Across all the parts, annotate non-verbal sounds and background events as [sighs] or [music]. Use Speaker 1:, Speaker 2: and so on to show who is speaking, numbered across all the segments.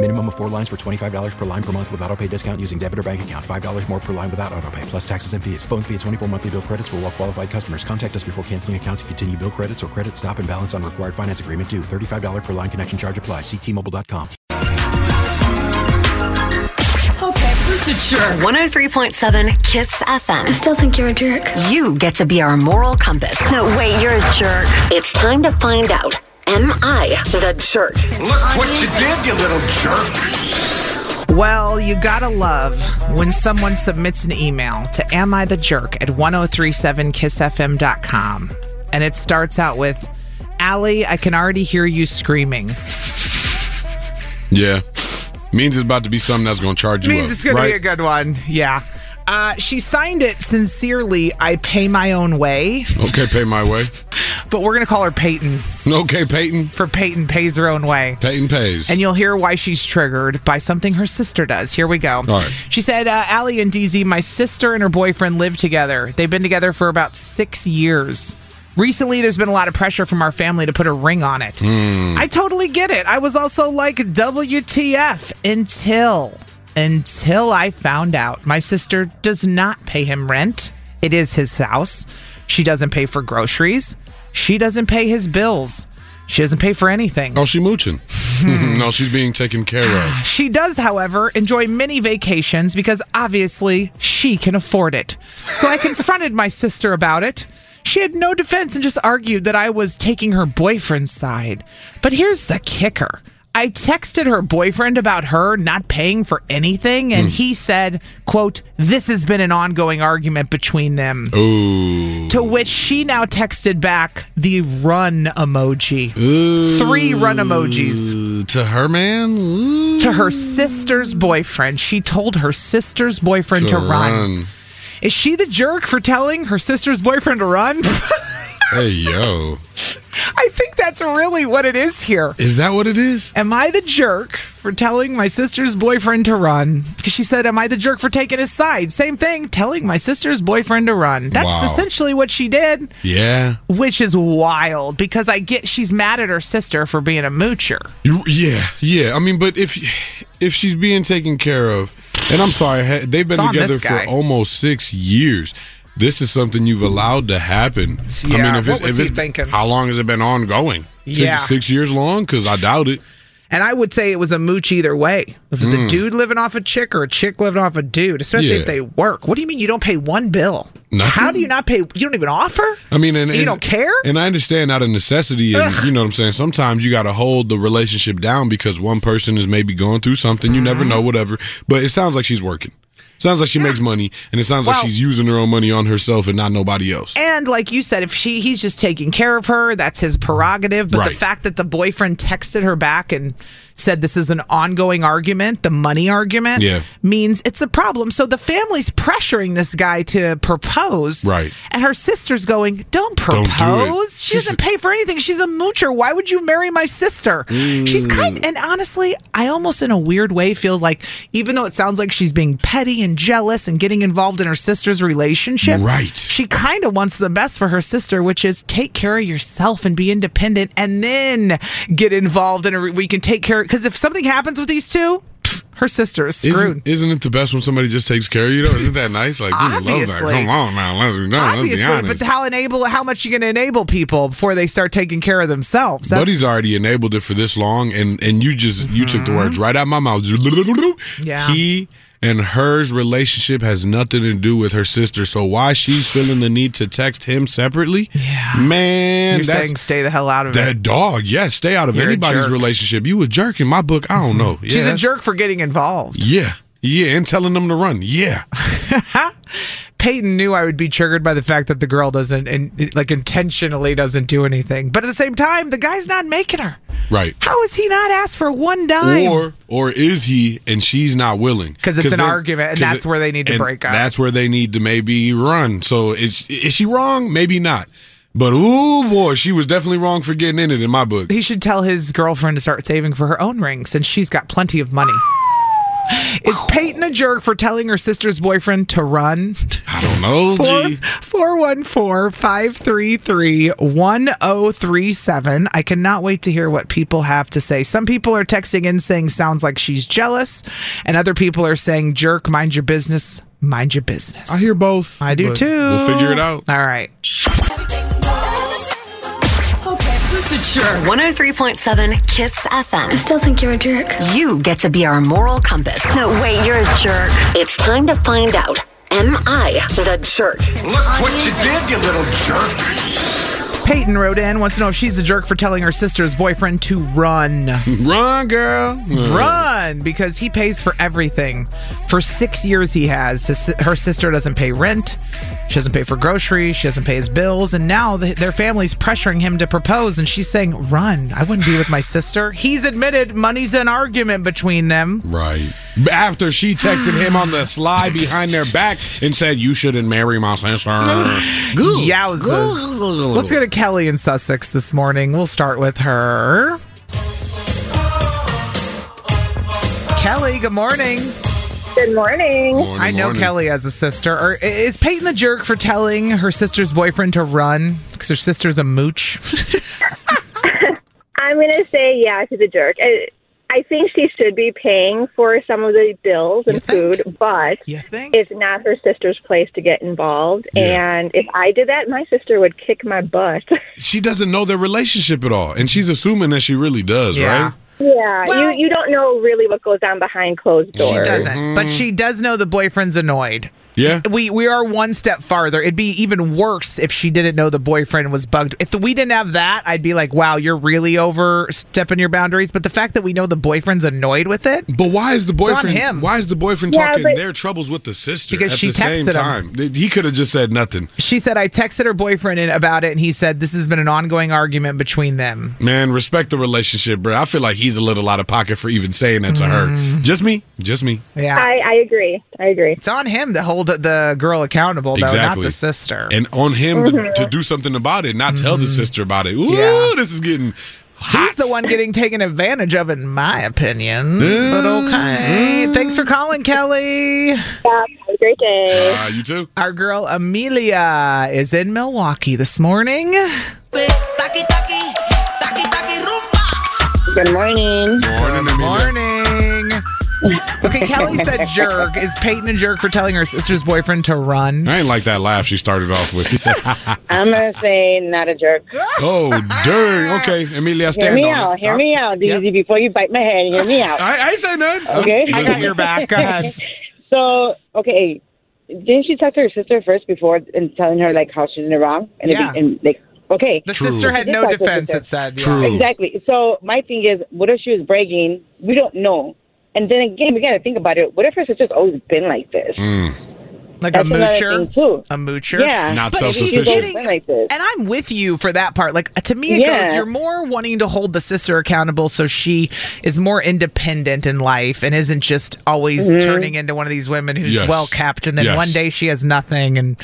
Speaker 1: Minimum of four lines for $25 per line per month with auto pay discount using debit or bank account. $5 more per line without auto pay, plus taxes and fees. Phone fee at 24 monthly bill credits for all well qualified customers. Contact us before canceling account to continue bill credits or credit stop and balance on required finance agreement due. $35 per line connection charge apply. Ctmobile.com.
Speaker 2: Okay, who's the jerk?
Speaker 3: 103.7 Kiss FM.
Speaker 4: I still think you're a jerk.
Speaker 3: You get to be our moral compass.
Speaker 5: No, wait, you're a jerk.
Speaker 3: It's time to find out. Am I the jerk?
Speaker 6: Look what you did, you little jerk.
Speaker 7: Well, you gotta love when someone submits an email to am I the jerk at 1037kissfm.com. And it starts out with Allie, I can already hear you screaming.
Speaker 8: Yeah. Means it's about to be something that's going to charge you
Speaker 7: Means
Speaker 8: up,
Speaker 7: it's gonna
Speaker 8: right?
Speaker 7: be a good one. Yeah. Uh, she signed it sincerely, I pay my own way,
Speaker 8: Okay, pay my way.
Speaker 7: [laughs] but we're gonna call her Peyton
Speaker 8: Okay, Peyton.
Speaker 7: for Peyton pays her own way.
Speaker 8: Peyton pays.
Speaker 7: And you'll hear why she's triggered by something her sister does. Here we go.
Speaker 8: right.
Speaker 7: She said, uh, Allie and DZ, my sister and her boyfriend live together. They've been together for about six years. Recently, there's been a lot of pressure from our family to put a ring on it. I totally get it. I was also like, WTF until, until I found out my sister does not pay him rent. It is his house. She doesn't pay for groceries. She doesn't pay his bills. She doesn't pay for anything.
Speaker 8: oh, she mooching. [laughs] no, she's being taken care of.
Speaker 7: [sighs] She does, however, enjoy many vacations because obviously she can afford it. So I confronted my sister about it. She had no defense and just argued that I was taking her boyfriend's side. But here's the kicker I texted her boyfriend about her not paying for anything, and he said, quote, This has been an ongoing argument between them.
Speaker 8: Ooh.
Speaker 7: To which she now texted back the run emoji. Three run emojis
Speaker 8: Ooh, To her man? Ooh.
Speaker 7: to her sister's boyfriend. She told her sister's boyfriend to, run. Is she the jerk for telling her sister's boyfriend to run? [laughs]
Speaker 8: Hey, yo.
Speaker 7: I think that's really what it is here.
Speaker 8: Is that what it is?
Speaker 7: Am I the jerk for telling my sister's boyfriend to run? Because she said, Am I the jerk for taking his side? Same thing, telling my sister's boyfriend to run. That's
Speaker 8: Wow.
Speaker 7: essentially what she did,
Speaker 8: Yeah.
Speaker 7: which is wild because I get she's mad at her sister for being a moocher.
Speaker 8: You- Yeah, yeah. I mean, but if if she's being taken care of, and I'm sorry, ha- they've been
Speaker 7: It's on
Speaker 8: together
Speaker 7: this
Speaker 8: for
Speaker 7: guy.
Speaker 8: almost six years. This is something you've allowed to happen. I mean,
Speaker 7: Yeah,
Speaker 8: if
Speaker 7: what
Speaker 8: it's,
Speaker 7: was
Speaker 8: if
Speaker 7: he
Speaker 8: it's-
Speaker 7: thinking?
Speaker 8: How long has it been ongoing? Six,
Speaker 7: Yeah.
Speaker 8: six years long? Because I doubt it.
Speaker 7: And I would say it was a mooch either way. If it was a dude living off a chick or a chick living off a dude, especially
Speaker 8: Hmm. Yeah.
Speaker 7: if they work. What do you mean you don't pay one bill?
Speaker 8: Nothing.
Speaker 7: How do you not pay? You don't even offer?
Speaker 8: I mean, and
Speaker 7: You
Speaker 8: and-
Speaker 7: don't care?
Speaker 8: And I understand out of necessity, and you know what I'm saying. Sometimes you got to hold the relationship down because one person is maybe going through something. You
Speaker 7: Mm-hmm.
Speaker 8: never know, whatever. But it sounds like she's working. Sounds like she makes money, and it sounds like
Speaker 7: Well-
Speaker 8: she's using her own money on herself and not nobody else.
Speaker 7: And like you said, if she he's just taking care of her, that's his prerogative. But the
Speaker 8: Right.
Speaker 7: fact that the boyfriend texted her back and said this is an ongoing argument, the money argument,
Speaker 8: Yeah.
Speaker 7: means it's a problem. So the family's pressuring this guy to propose.
Speaker 8: Right.
Speaker 7: And her sister's going, Don't
Speaker 8: do it."
Speaker 7: propose. She
Speaker 8: She's-
Speaker 7: doesn't pay for anything. She's a moocher. Why would you marry my sister? She's
Speaker 8: Mm.
Speaker 7: kind and honestly, I almost in a weird way feels like even though it sounds like she's being petty and jealous and getting involved in her sister's relationship.
Speaker 8: Right.
Speaker 7: She kind of wants the best for her sister, which is take care of yourself and be independent, and then get involved in a. re- We can take care because if something happens with these two, pff, her sister is screwed.
Speaker 8: Isn't, isn't it the best when somebody just takes care of you? Though isn't that nice? Like, dude, love that.
Speaker 7: Obviously.
Speaker 8: Come on now, let's, no, let's be
Speaker 7: Obviously, but
Speaker 8: honest.
Speaker 7: how enable? How much you going to enable people before they start taking care of themselves? That's-
Speaker 8: Buddy's already enabled it for this long, and and you just you took the words right out of my mouth.
Speaker 7: Mm-hmm. Yeah.
Speaker 8: He and hers relationship has nothing to do with her sister. So why she's feeling the need to text him separately? Yeah, man,
Speaker 7: You're
Speaker 8: that's-
Speaker 7: saying stay the hell out of it.
Speaker 8: that dog. Yes, stay out of
Speaker 7: You're a
Speaker 8: anybody's
Speaker 7: jerk.
Speaker 8: relationship. You a jerk in my book. I don't know. Yeah,
Speaker 7: She's a
Speaker 8: that's-
Speaker 7: jerk for getting involved.
Speaker 8: Yeah, yeah, and telling them to run. Yeah,
Speaker 7: Peyton knew I would be triggered by the fact that the girl doesn't and like intentionally doesn't do anything. But at the same time, the guy's not making her.
Speaker 8: right.
Speaker 7: [laughs] How is he not asked for one dime?
Speaker 8: Or or is he and she's not willing?
Speaker 7: 'Cause it's an
Speaker 8: then-
Speaker 7: argument, and
Speaker 8: 'cause
Speaker 7: that's where they need to
Speaker 8: and
Speaker 7: break up.
Speaker 8: That's where they need to maybe run. So is is she wrong? Maybe not. But ooh boy, she was definitely wrong for getting in it in my book.
Speaker 7: he should tell his girlfriend to start saving for her own ring since she's got plenty of money.
Speaker 8: [sighs]
Speaker 7: Is Peyton a jerk for telling her sister's boyfriend to run?
Speaker 8: I don't know. Gee.
Speaker 7: 414 533 1037. I cannot wait to hear what people have to say. Some people are texting in saying, sounds like she's jealous. And other people are saying, jerk, mind your business. Mind your business.
Speaker 8: I hear both.
Speaker 7: I do
Speaker 8: but
Speaker 7: too.
Speaker 8: We'll figure it out.
Speaker 7: All right.
Speaker 9: Who's the jerk?
Speaker 3: 103.7 Kiss FM.
Speaker 10: Still think you're a jerk.
Speaker 3: You get to be our moral compass.
Speaker 10: No, wait, you're a jerk.
Speaker 3: It's time to find out. Am I the jerk?
Speaker 11: Look what you did, you little jerk.
Speaker 7: Peyton wrote in, wants to know if she's a jerk for telling her sister's boyfriend to run.
Speaker 8: Run, girl.
Speaker 7: run because he pays for everything. For six years, he has. His, her sister doesn't pay rent. She doesn't pay for groceries. She doesn't pay his bills. And now th- their family's pressuring him to propose. And she's saying, Run. I wouldn't be with my sister. He's admitted money's an argument between them.
Speaker 8: Right. After she texted him on the sly behind their back and said, You shouldn't marry my
Speaker 7: [laughs]
Speaker 8: sister.
Speaker 7: Yowzers. Let's go to Kelly in Sussex this morning. We'll start with her. Kelly, good morning.
Speaker 12: Good morning.
Speaker 8: Morning,
Speaker 7: I know
Speaker 8: morning.
Speaker 7: Kelly has a sister. Or i- is Peyton the jerk for telling her sister's boyfriend to run because her sister's a mooch?
Speaker 12: I'm going to say yeah to the jerk. I, I think she should be paying for some of the bills and food, but
Speaker 7: You think?
Speaker 12: it's not her sister's place to get involved.
Speaker 8: Yeah.
Speaker 12: And if I did that, my sister would kick my butt. [laughs]
Speaker 8: She doesn't know their relationship at all. And she's assuming that she really does,
Speaker 7: Yeah.
Speaker 8: right?
Speaker 12: yeah,
Speaker 7: Well-
Speaker 12: you, you don't know really what goes on behind closed doors.
Speaker 7: She doesn't, but she does know the boyfriend's annoyed.
Speaker 8: Mm-hmm. Yeah.
Speaker 7: We we are one step farther. It'd be even worse if she didn't know the boyfriend was bugged. If we didn't have that, I'd be like, "Wow, you're really overstepping your boundaries." But the fact that we know the boyfriend's annoyed with it,
Speaker 8: But why is the
Speaker 7: on
Speaker 8: boyfriend?
Speaker 7: him.
Speaker 8: Why is the boyfriend
Speaker 12: Yeah,
Speaker 8: talking
Speaker 12: but-
Speaker 8: their troubles with the sister
Speaker 7: Because
Speaker 8: at
Speaker 7: she
Speaker 8: the same
Speaker 7: texted him.
Speaker 8: time? He could have just said nothing.
Speaker 7: she said, "I texted her boyfriend in- about it, and he said this has been an ongoing argument between them."
Speaker 8: Man, respect the relationship, bro. I feel like he's a little out of pocket for even saying that to
Speaker 7: Mm-hmm.
Speaker 8: her. Just me, just me.
Speaker 7: Yeah,
Speaker 12: I, I agree. I agree.
Speaker 7: It's on him to hold the girl accountable, though,
Speaker 8: Exactly.
Speaker 7: not the sister.
Speaker 8: and on him to,
Speaker 12: Mm-hmm.
Speaker 8: to do something about it, not tell the sister about it. Ooh,
Speaker 7: Mm-hmm. Yeah.
Speaker 8: this is getting hot.
Speaker 7: He's the one getting taken advantage of, in my opinion. But okay. Thanks for calling, Kelly.
Speaker 12: Yeah, have a great day.
Speaker 8: Uh, you too.
Speaker 7: Our girl Amelia is in Milwaukee this morning.
Speaker 12: Good morning.
Speaker 8: Morning, Amelia.
Speaker 7: Morning. Okay, Kelly said jerk. Is Peyton a jerk for telling her sister's boyfriend to run?
Speaker 8: I ain't like that laugh she started off with. She said, [laughs]
Speaker 12: I'm going to say not a jerk.
Speaker 8: "Oh, dang, okay, Amelia,
Speaker 12: Hear
Speaker 8: stand
Speaker 12: me
Speaker 8: on it.
Speaker 12: out. Hear
Speaker 8: I-
Speaker 12: me out, DZ, before you bite my head. Hear me out.
Speaker 8: I, I ain't say nothing.
Speaker 12: Okay?
Speaker 7: I got your back. Go ahead.
Speaker 12: So okay, didn't she talk to her sister first before and telling her like how she's in the wrong? And,
Speaker 7: Yeah.
Speaker 12: and like okay,
Speaker 7: The
Speaker 8: True.
Speaker 7: sister had no
Speaker 12: Just like the
Speaker 7: defense,
Speaker 12: sister.
Speaker 7: it said. yeah.
Speaker 8: True.
Speaker 12: exactly. So my thing is, what if she was bragging? We don't know. And then again, we gotta think about it. What if her sister's always been like this?
Speaker 7: Like
Speaker 12: That's
Speaker 7: a
Speaker 12: another
Speaker 7: moocher.
Speaker 12: thing, too.
Speaker 7: A moocher.
Speaker 12: Yeah,
Speaker 8: Not
Speaker 7: But she's
Speaker 8: self-sufficient.
Speaker 7: getting,
Speaker 12: Been like this.
Speaker 7: and I'm with you for that part. Like uh, to me, it
Speaker 12: Yeah.
Speaker 7: goes you're more wanting to hold the sister accountable, so she is more independent in life and isn't just always
Speaker 12: Mm-hmm.
Speaker 7: turning into one of these women who's
Speaker 8: Yes.
Speaker 7: well kept, and then
Speaker 8: Yes.
Speaker 7: one day she has nothing and.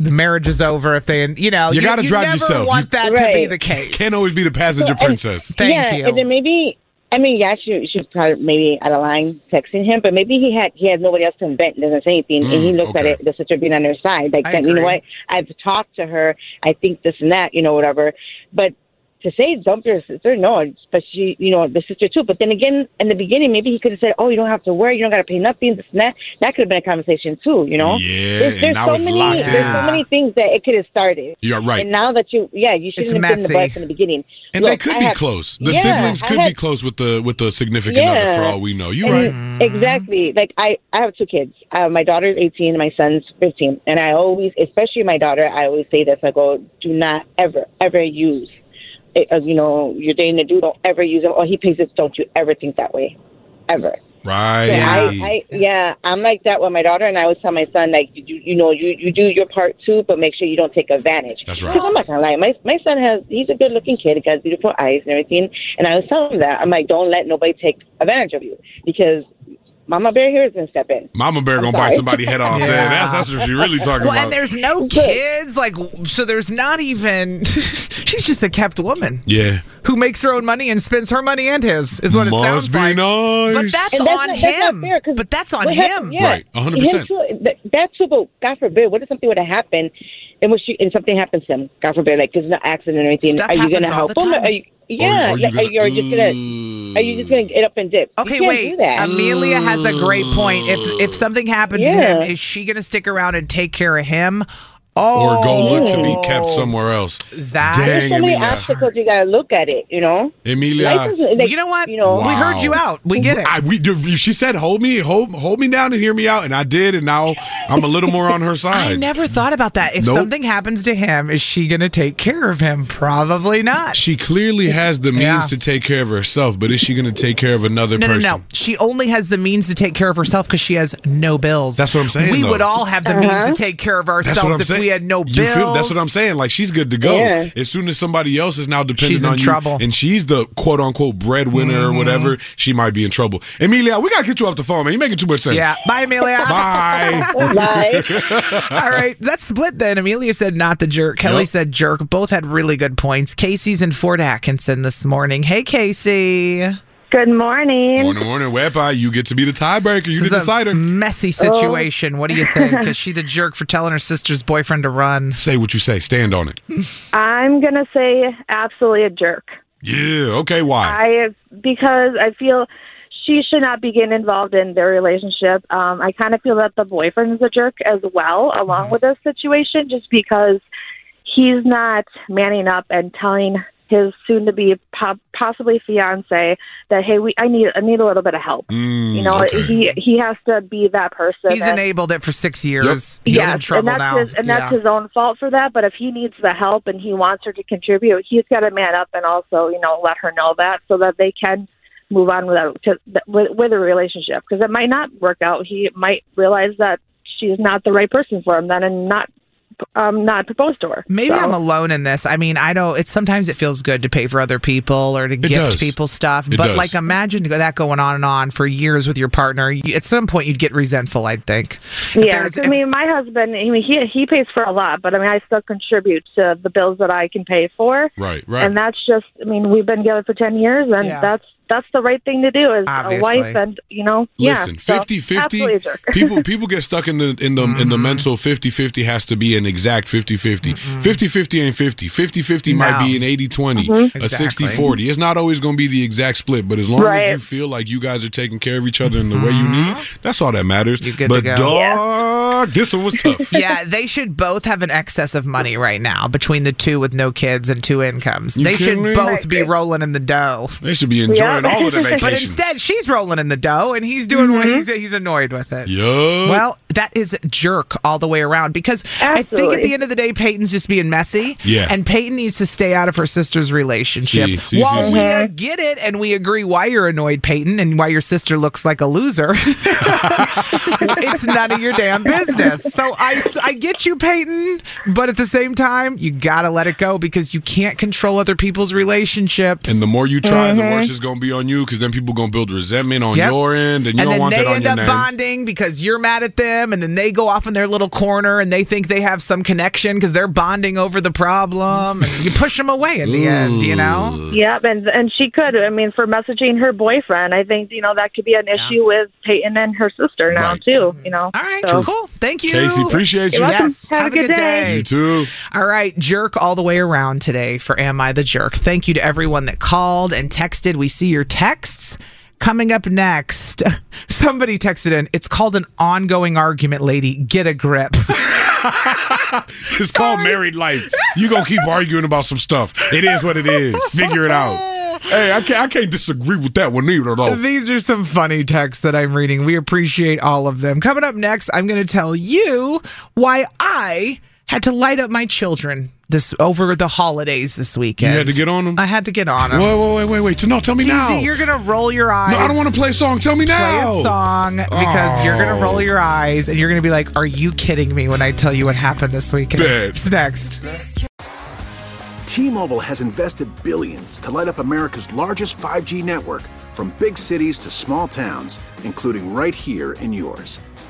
Speaker 7: The marriage is over if they, you know,
Speaker 8: You gotta drive
Speaker 7: never
Speaker 8: yourself.
Speaker 7: Want
Speaker 8: You-
Speaker 7: that to be
Speaker 12: Right.
Speaker 7: the case?
Speaker 8: Can't always be the passenger princess.
Speaker 7: Thank
Speaker 12: yeah,
Speaker 7: you.
Speaker 12: and then maybe I mean, yeah, she she was probably maybe out of line texting him, but maybe he had he had nobody else to invent and doesn't say anything, and he looks
Speaker 8: Mm, okay.
Speaker 12: at it the sister being on her side, like
Speaker 7: I
Speaker 12: saying, you know
Speaker 7: agree.
Speaker 12: what, I've talked to her, I think this and that, you know, whatever, but. to say dump your sister, no, especially you know the sister too. But then again, in the beginning, maybe he could have said, "Oh, you don't have to worry, you don't got to pay nothing." This and that. That could have been a conversation too. You know,
Speaker 8: Yeah,
Speaker 12: There's,
Speaker 8: and
Speaker 12: there's
Speaker 8: now
Speaker 12: so
Speaker 8: it's
Speaker 12: many,
Speaker 8: locked
Speaker 12: There's
Speaker 8: in.
Speaker 12: so many things that it could have started.
Speaker 8: You're right.
Speaker 12: And now that you, yeah, you
Speaker 8: It's
Speaker 12: shouldn't have been the
Speaker 8: messy.
Speaker 12: bus in the beginning.
Speaker 8: And
Speaker 12: Look,
Speaker 8: they could
Speaker 12: I
Speaker 8: be
Speaker 12: have-
Speaker 8: close. The
Speaker 12: yeah,
Speaker 8: siblings
Speaker 12: I
Speaker 8: could
Speaker 12: had-
Speaker 8: be close with the with the significant other for all we know. You're right.
Speaker 12: and Exactly. Like I, I have two kids. Uh, my daughter's 18 and my son's 15. And I always, especially my daughter, I always say this. I go, do not ever, ever use, it, uh, you know, you're dating a dude. Don't ever use him. Oh, he pays this. Don't you ever think that way, ever.
Speaker 8: Right.
Speaker 12: So I, I, yeah, I'm like that with my daughter, and I always tell my son, like, you, you know, you, you do your part too, but make sure you don't take advantage.
Speaker 8: That's
Speaker 12: right. I'm not gonna lie, my my son has he's a good looking kid, he has beautiful eyes and everything, and I was telling him that I'm like, don't let nobody take advantage of you because Mama Bear here is gonna step in.
Speaker 8: Mama Bear
Speaker 12: I'm
Speaker 8: gonna bite
Speaker 12: sorry.
Speaker 8: somebody head off.
Speaker 7: [laughs] Yeah.
Speaker 8: Damn, That's that's what she really talking
Speaker 7: well,
Speaker 8: about.
Speaker 7: and there's no kids, like so. There's not even. [laughs] she's just a kept woman
Speaker 8: yeah.
Speaker 7: who makes her own money and spends her money and his. Is what it
Speaker 8: Must
Speaker 7: sounds
Speaker 8: be
Speaker 7: like.
Speaker 8: nice.
Speaker 7: But that's
Speaker 12: And
Speaker 7: on
Speaker 12: not-
Speaker 7: him.
Speaker 12: not fair, 'cause
Speaker 7: but that's on
Speaker 12: what happened-
Speaker 7: him.
Speaker 12: yeah. Him too, th- that too, but God forbid, what if something would have happened, and was she, and something happens to him? God forbid, like there's an accident or anything.
Speaker 7: Stuff
Speaker 12: are you gonna
Speaker 7: happens all
Speaker 12: help
Speaker 7: the
Speaker 12: him?
Speaker 7: time.
Speaker 12: Are you, yeah,
Speaker 7: are you
Speaker 12: like, are you, are you just gonna? Are you just gonna get up and dip? You
Speaker 7: Okay,
Speaker 12: can't
Speaker 7: wait.
Speaker 12: Do
Speaker 7: Um,
Speaker 12: that.
Speaker 7: Amelia has a great point. If if something happens to
Speaker 12: Yeah.
Speaker 7: him, is she going to stick around and take care of him?
Speaker 8: Or
Speaker 7: Oh,
Speaker 8: go look to be
Speaker 12: Oh.
Speaker 8: kept somewhere else.
Speaker 7: That-
Speaker 8: Dang,
Speaker 12: There's so many
Speaker 8: Emilia.
Speaker 12: obstacles you gotta look at it. You
Speaker 7: [laughs]
Speaker 12: know. Life
Speaker 8: Emilia.
Speaker 12: is- like,
Speaker 7: You know what?
Speaker 12: You know.
Speaker 7: We heard you out. We get it.
Speaker 8: I, we, do- she said, "Hold me, hold, hold me down, and hear me out." And I did, and now I'm a little more on her
Speaker 7: I
Speaker 8: side.
Speaker 7: never thought about that. If
Speaker 8: Nope.
Speaker 7: something happens to him, is she going to take care of him? Probably not.
Speaker 8: She clearly has the means
Speaker 7: Yeah.
Speaker 8: to take care of herself, but is she going to take care of another
Speaker 7: No, no,
Speaker 8: person?
Speaker 7: no. She only has the means to take care of herself because she has no bills.
Speaker 8: That's what I'm saying,
Speaker 7: We
Speaker 8: though.
Speaker 7: would all have the
Speaker 12: Uh-huh.
Speaker 7: means to take care of
Speaker 8: That's what
Speaker 7: ourselves
Speaker 8: I'm
Speaker 7: if
Speaker 8: saying.
Speaker 7: we had no bills.
Speaker 8: You feel- that's what I'm saying. Like she's good to go.
Speaker 7: Yeah.
Speaker 8: As soon as somebody else is now dependent
Speaker 7: She's in
Speaker 8: on you,
Speaker 7: trouble. Mm-hmm.
Speaker 8: and she's the quote unquote breadwinner or whatever, she might be in trouble. Emilia, we gotta get you off the phone, man. You're making too much sense.
Speaker 7: Yeah. Bye, Amelia.
Speaker 8: Bye.
Speaker 7: All right, that's split then. Amelia said not the jerk. Kelly
Speaker 8: Yep.
Speaker 7: said jerk. Both had really good points. Casey's in Fort Atkinson this morning. Hey, Casey.
Speaker 13: Good morning.
Speaker 8: Morning, morning, Wepa. You get to be the tiebreaker. You
Speaker 7: This
Speaker 8: the
Speaker 7: is a
Speaker 8: decider.
Speaker 13: Oh.
Speaker 7: messy situation. What do you
Speaker 13: [laughs]
Speaker 7: think? Is she the jerk for telling her sister's boyfriend to run?
Speaker 8: Say what you say. Stand on it.
Speaker 13: I'm gonna say absolutely a jerk.
Speaker 8: Yeah. Okay. Why?
Speaker 13: I because I feel she should not be getting involved in their relationship. Um, I kind of feel that the boyfriend is a jerk as well,
Speaker 7: Mm-hmm.
Speaker 13: along with this situation, just because he's not manning up and telling his soon-to-be po- possibly fiance that hey, we I need I need a little bit of help.
Speaker 8: Mm,
Speaker 13: you know,
Speaker 7: Mm, okay.
Speaker 13: he he has to be that person.
Speaker 7: He's
Speaker 13: that-
Speaker 7: enabled it for six years. He's
Speaker 13: Yes,
Speaker 7: in
Speaker 13: and
Speaker 7: trouble
Speaker 13: that's
Speaker 7: now.
Speaker 13: His, and that's
Speaker 7: Yeah.
Speaker 13: his own fault for that. But if he needs the help and he wants her to contribute, he's got to man up and also, you know, let her know that so that they can move on with that, to, with, with a relationship because it might not work out. He might realize that she's not the right person for him then and not um not propose to her.
Speaker 7: Maybe
Speaker 13: So-
Speaker 7: I'm alone in this. I mean, I know it's sometimes it feels good to pay for other people or to gift
Speaker 8: does.
Speaker 7: people stuff,
Speaker 8: It
Speaker 7: but
Speaker 8: does.
Speaker 7: like imagine that going on and on for years with your partner. You- At some point, you'd get resentful. I think. If
Speaker 13: Yeah,
Speaker 7: there's-
Speaker 13: 'cause, I
Speaker 7: if-
Speaker 13: mean, my husband, I mean, he he pays for a lot, but I mean, I still contribute to the bills that I can pay for.
Speaker 8: Right, right.
Speaker 13: And that's just, I mean, we've been together for ten years, and
Speaker 8: Yeah.
Speaker 13: that's that's the right thing to do as
Speaker 8: Obviously.
Speaker 13: a wife, and you know,
Speaker 8: Listen,
Speaker 13: yeah, so,
Speaker 8: 50 50
Speaker 13: absolutely a jerk.
Speaker 8: [laughs]
Speaker 13: [laughs]
Speaker 8: people people get stuck in the in the in the
Speaker 7: Mm-hmm.
Speaker 8: mental 50 50 has to be an exact 50 50. 50 50 ain't 50. 50 50 might
Speaker 7: No.
Speaker 8: be an 80 20,
Speaker 13: Mm-hmm.
Speaker 7: Mhm.
Speaker 8: a 60
Speaker 7: Exactly.
Speaker 8: 40. It's not always going to be the exact split, but as long as
Speaker 13: Right.
Speaker 8: you feel like you guys are taking care of each other in the way you need, that's all that matters.
Speaker 7: Mm-hmm. good
Speaker 8: but
Speaker 7: to go.
Speaker 8: dog,
Speaker 13: [laughs]
Speaker 8: this one was tough.
Speaker 7: yeah, they should both have an excess of money right now between the two with no kids and two incomes.
Speaker 8: You
Speaker 7: they should
Speaker 8: kidding me?
Speaker 7: both be rolling in the dough.
Speaker 8: They should be enjoying
Speaker 13: [laughs]
Speaker 8: all of the vacations.
Speaker 7: But instead, she's rolling in the dough, and he's doing what he's he's annoyed with it.
Speaker 8: Yup.
Speaker 7: Well, that is jerk all the way around because I think at the
Speaker 13: Absolutely.
Speaker 7: end of the day, Peyton's just being messy.
Speaker 8: Yeah.
Speaker 7: And Peyton needs to stay out of her sister's relationship.
Speaker 8: See, see,
Speaker 7: While
Speaker 8: see,
Speaker 7: we
Speaker 8: see.
Speaker 7: uh, get it and we agree why you're annoyed, Peyton, and why your sister looks like a loser, [laughs] it's none of your damn business. So I, I get you, Peyton, but at the same time, you got to let it go because you can't control other people's relationships.
Speaker 13: Mm-hmm.
Speaker 8: and the more you try, the worse it's going to be be on you because then people gonna build resentment on
Speaker 7: Yep.
Speaker 8: your end, and you
Speaker 7: and
Speaker 8: don't
Speaker 7: then
Speaker 8: want
Speaker 7: they
Speaker 8: that on
Speaker 7: end
Speaker 8: your
Speaker 7: up
Speaker 8: name.
Speaker 7: bonding because you're mad at them, and then they go off in their little corner and they think they have some connection because they're bonding over the problem. And you push them away in the end, you know.
Speaker 13: Yep, and and she could. I mean, for messaging her boyfriend, I think you know that could be an issue with Peyton and her sister now too.
Speaker 8: Mm-hmm.
Speaker 13: You know.
Speaker 7: All right, cool. Thank you,
Speaker 8: Casey, appreciate you.
Speaker 7: You're welcome. Yes. Have, a good, day.
Speaker 8: You too.
Speaker 7: All right, jerk all the way around today for Am I the Jerk? Thank you to everyone that called and texted. We see your texts. Coming up next, [laughs] somebody texted in. It's called an ongoing argument, lady. Get a grip.
Speaker 8: It's called married life. You gonna keep arguing about some stuff. It is what it
Speaker 7: [laughs]
Speaker 8: is. Figure it out. Hey, I can't. I can't disagree with that one either, though.
Speaker 7: These are some funny texts that I'm reading. We appreciate all of them. Coming up next, I'm going to tell you why I had to light up my children this over the holidays this weekend.
Speaker 8: You had to get on them.
Speaker 7: I had to get on them.
Speaker 8: Wait, wait, wait, wait, wait. No, tell me
Speaker 7: DZ,
Speaker 8: now.
Speaker 7: you're gonna roll your eyes.
Speaker 8: No, I don't want to play a song. Tell me now.
Speaker 7: Play a song because you're gonna
Speaker 8: Oh.
Speaker 7: roll your eyes and you're gonna be like, "Are you kidding me?" When I tell you what happened this weekend.
Speaker 8: Bet.
Speaker 7: It's next.
Speaker 14: T-Mobile has invested billions to light up America's largest 5G network from big cities to small towns, including right here in yours.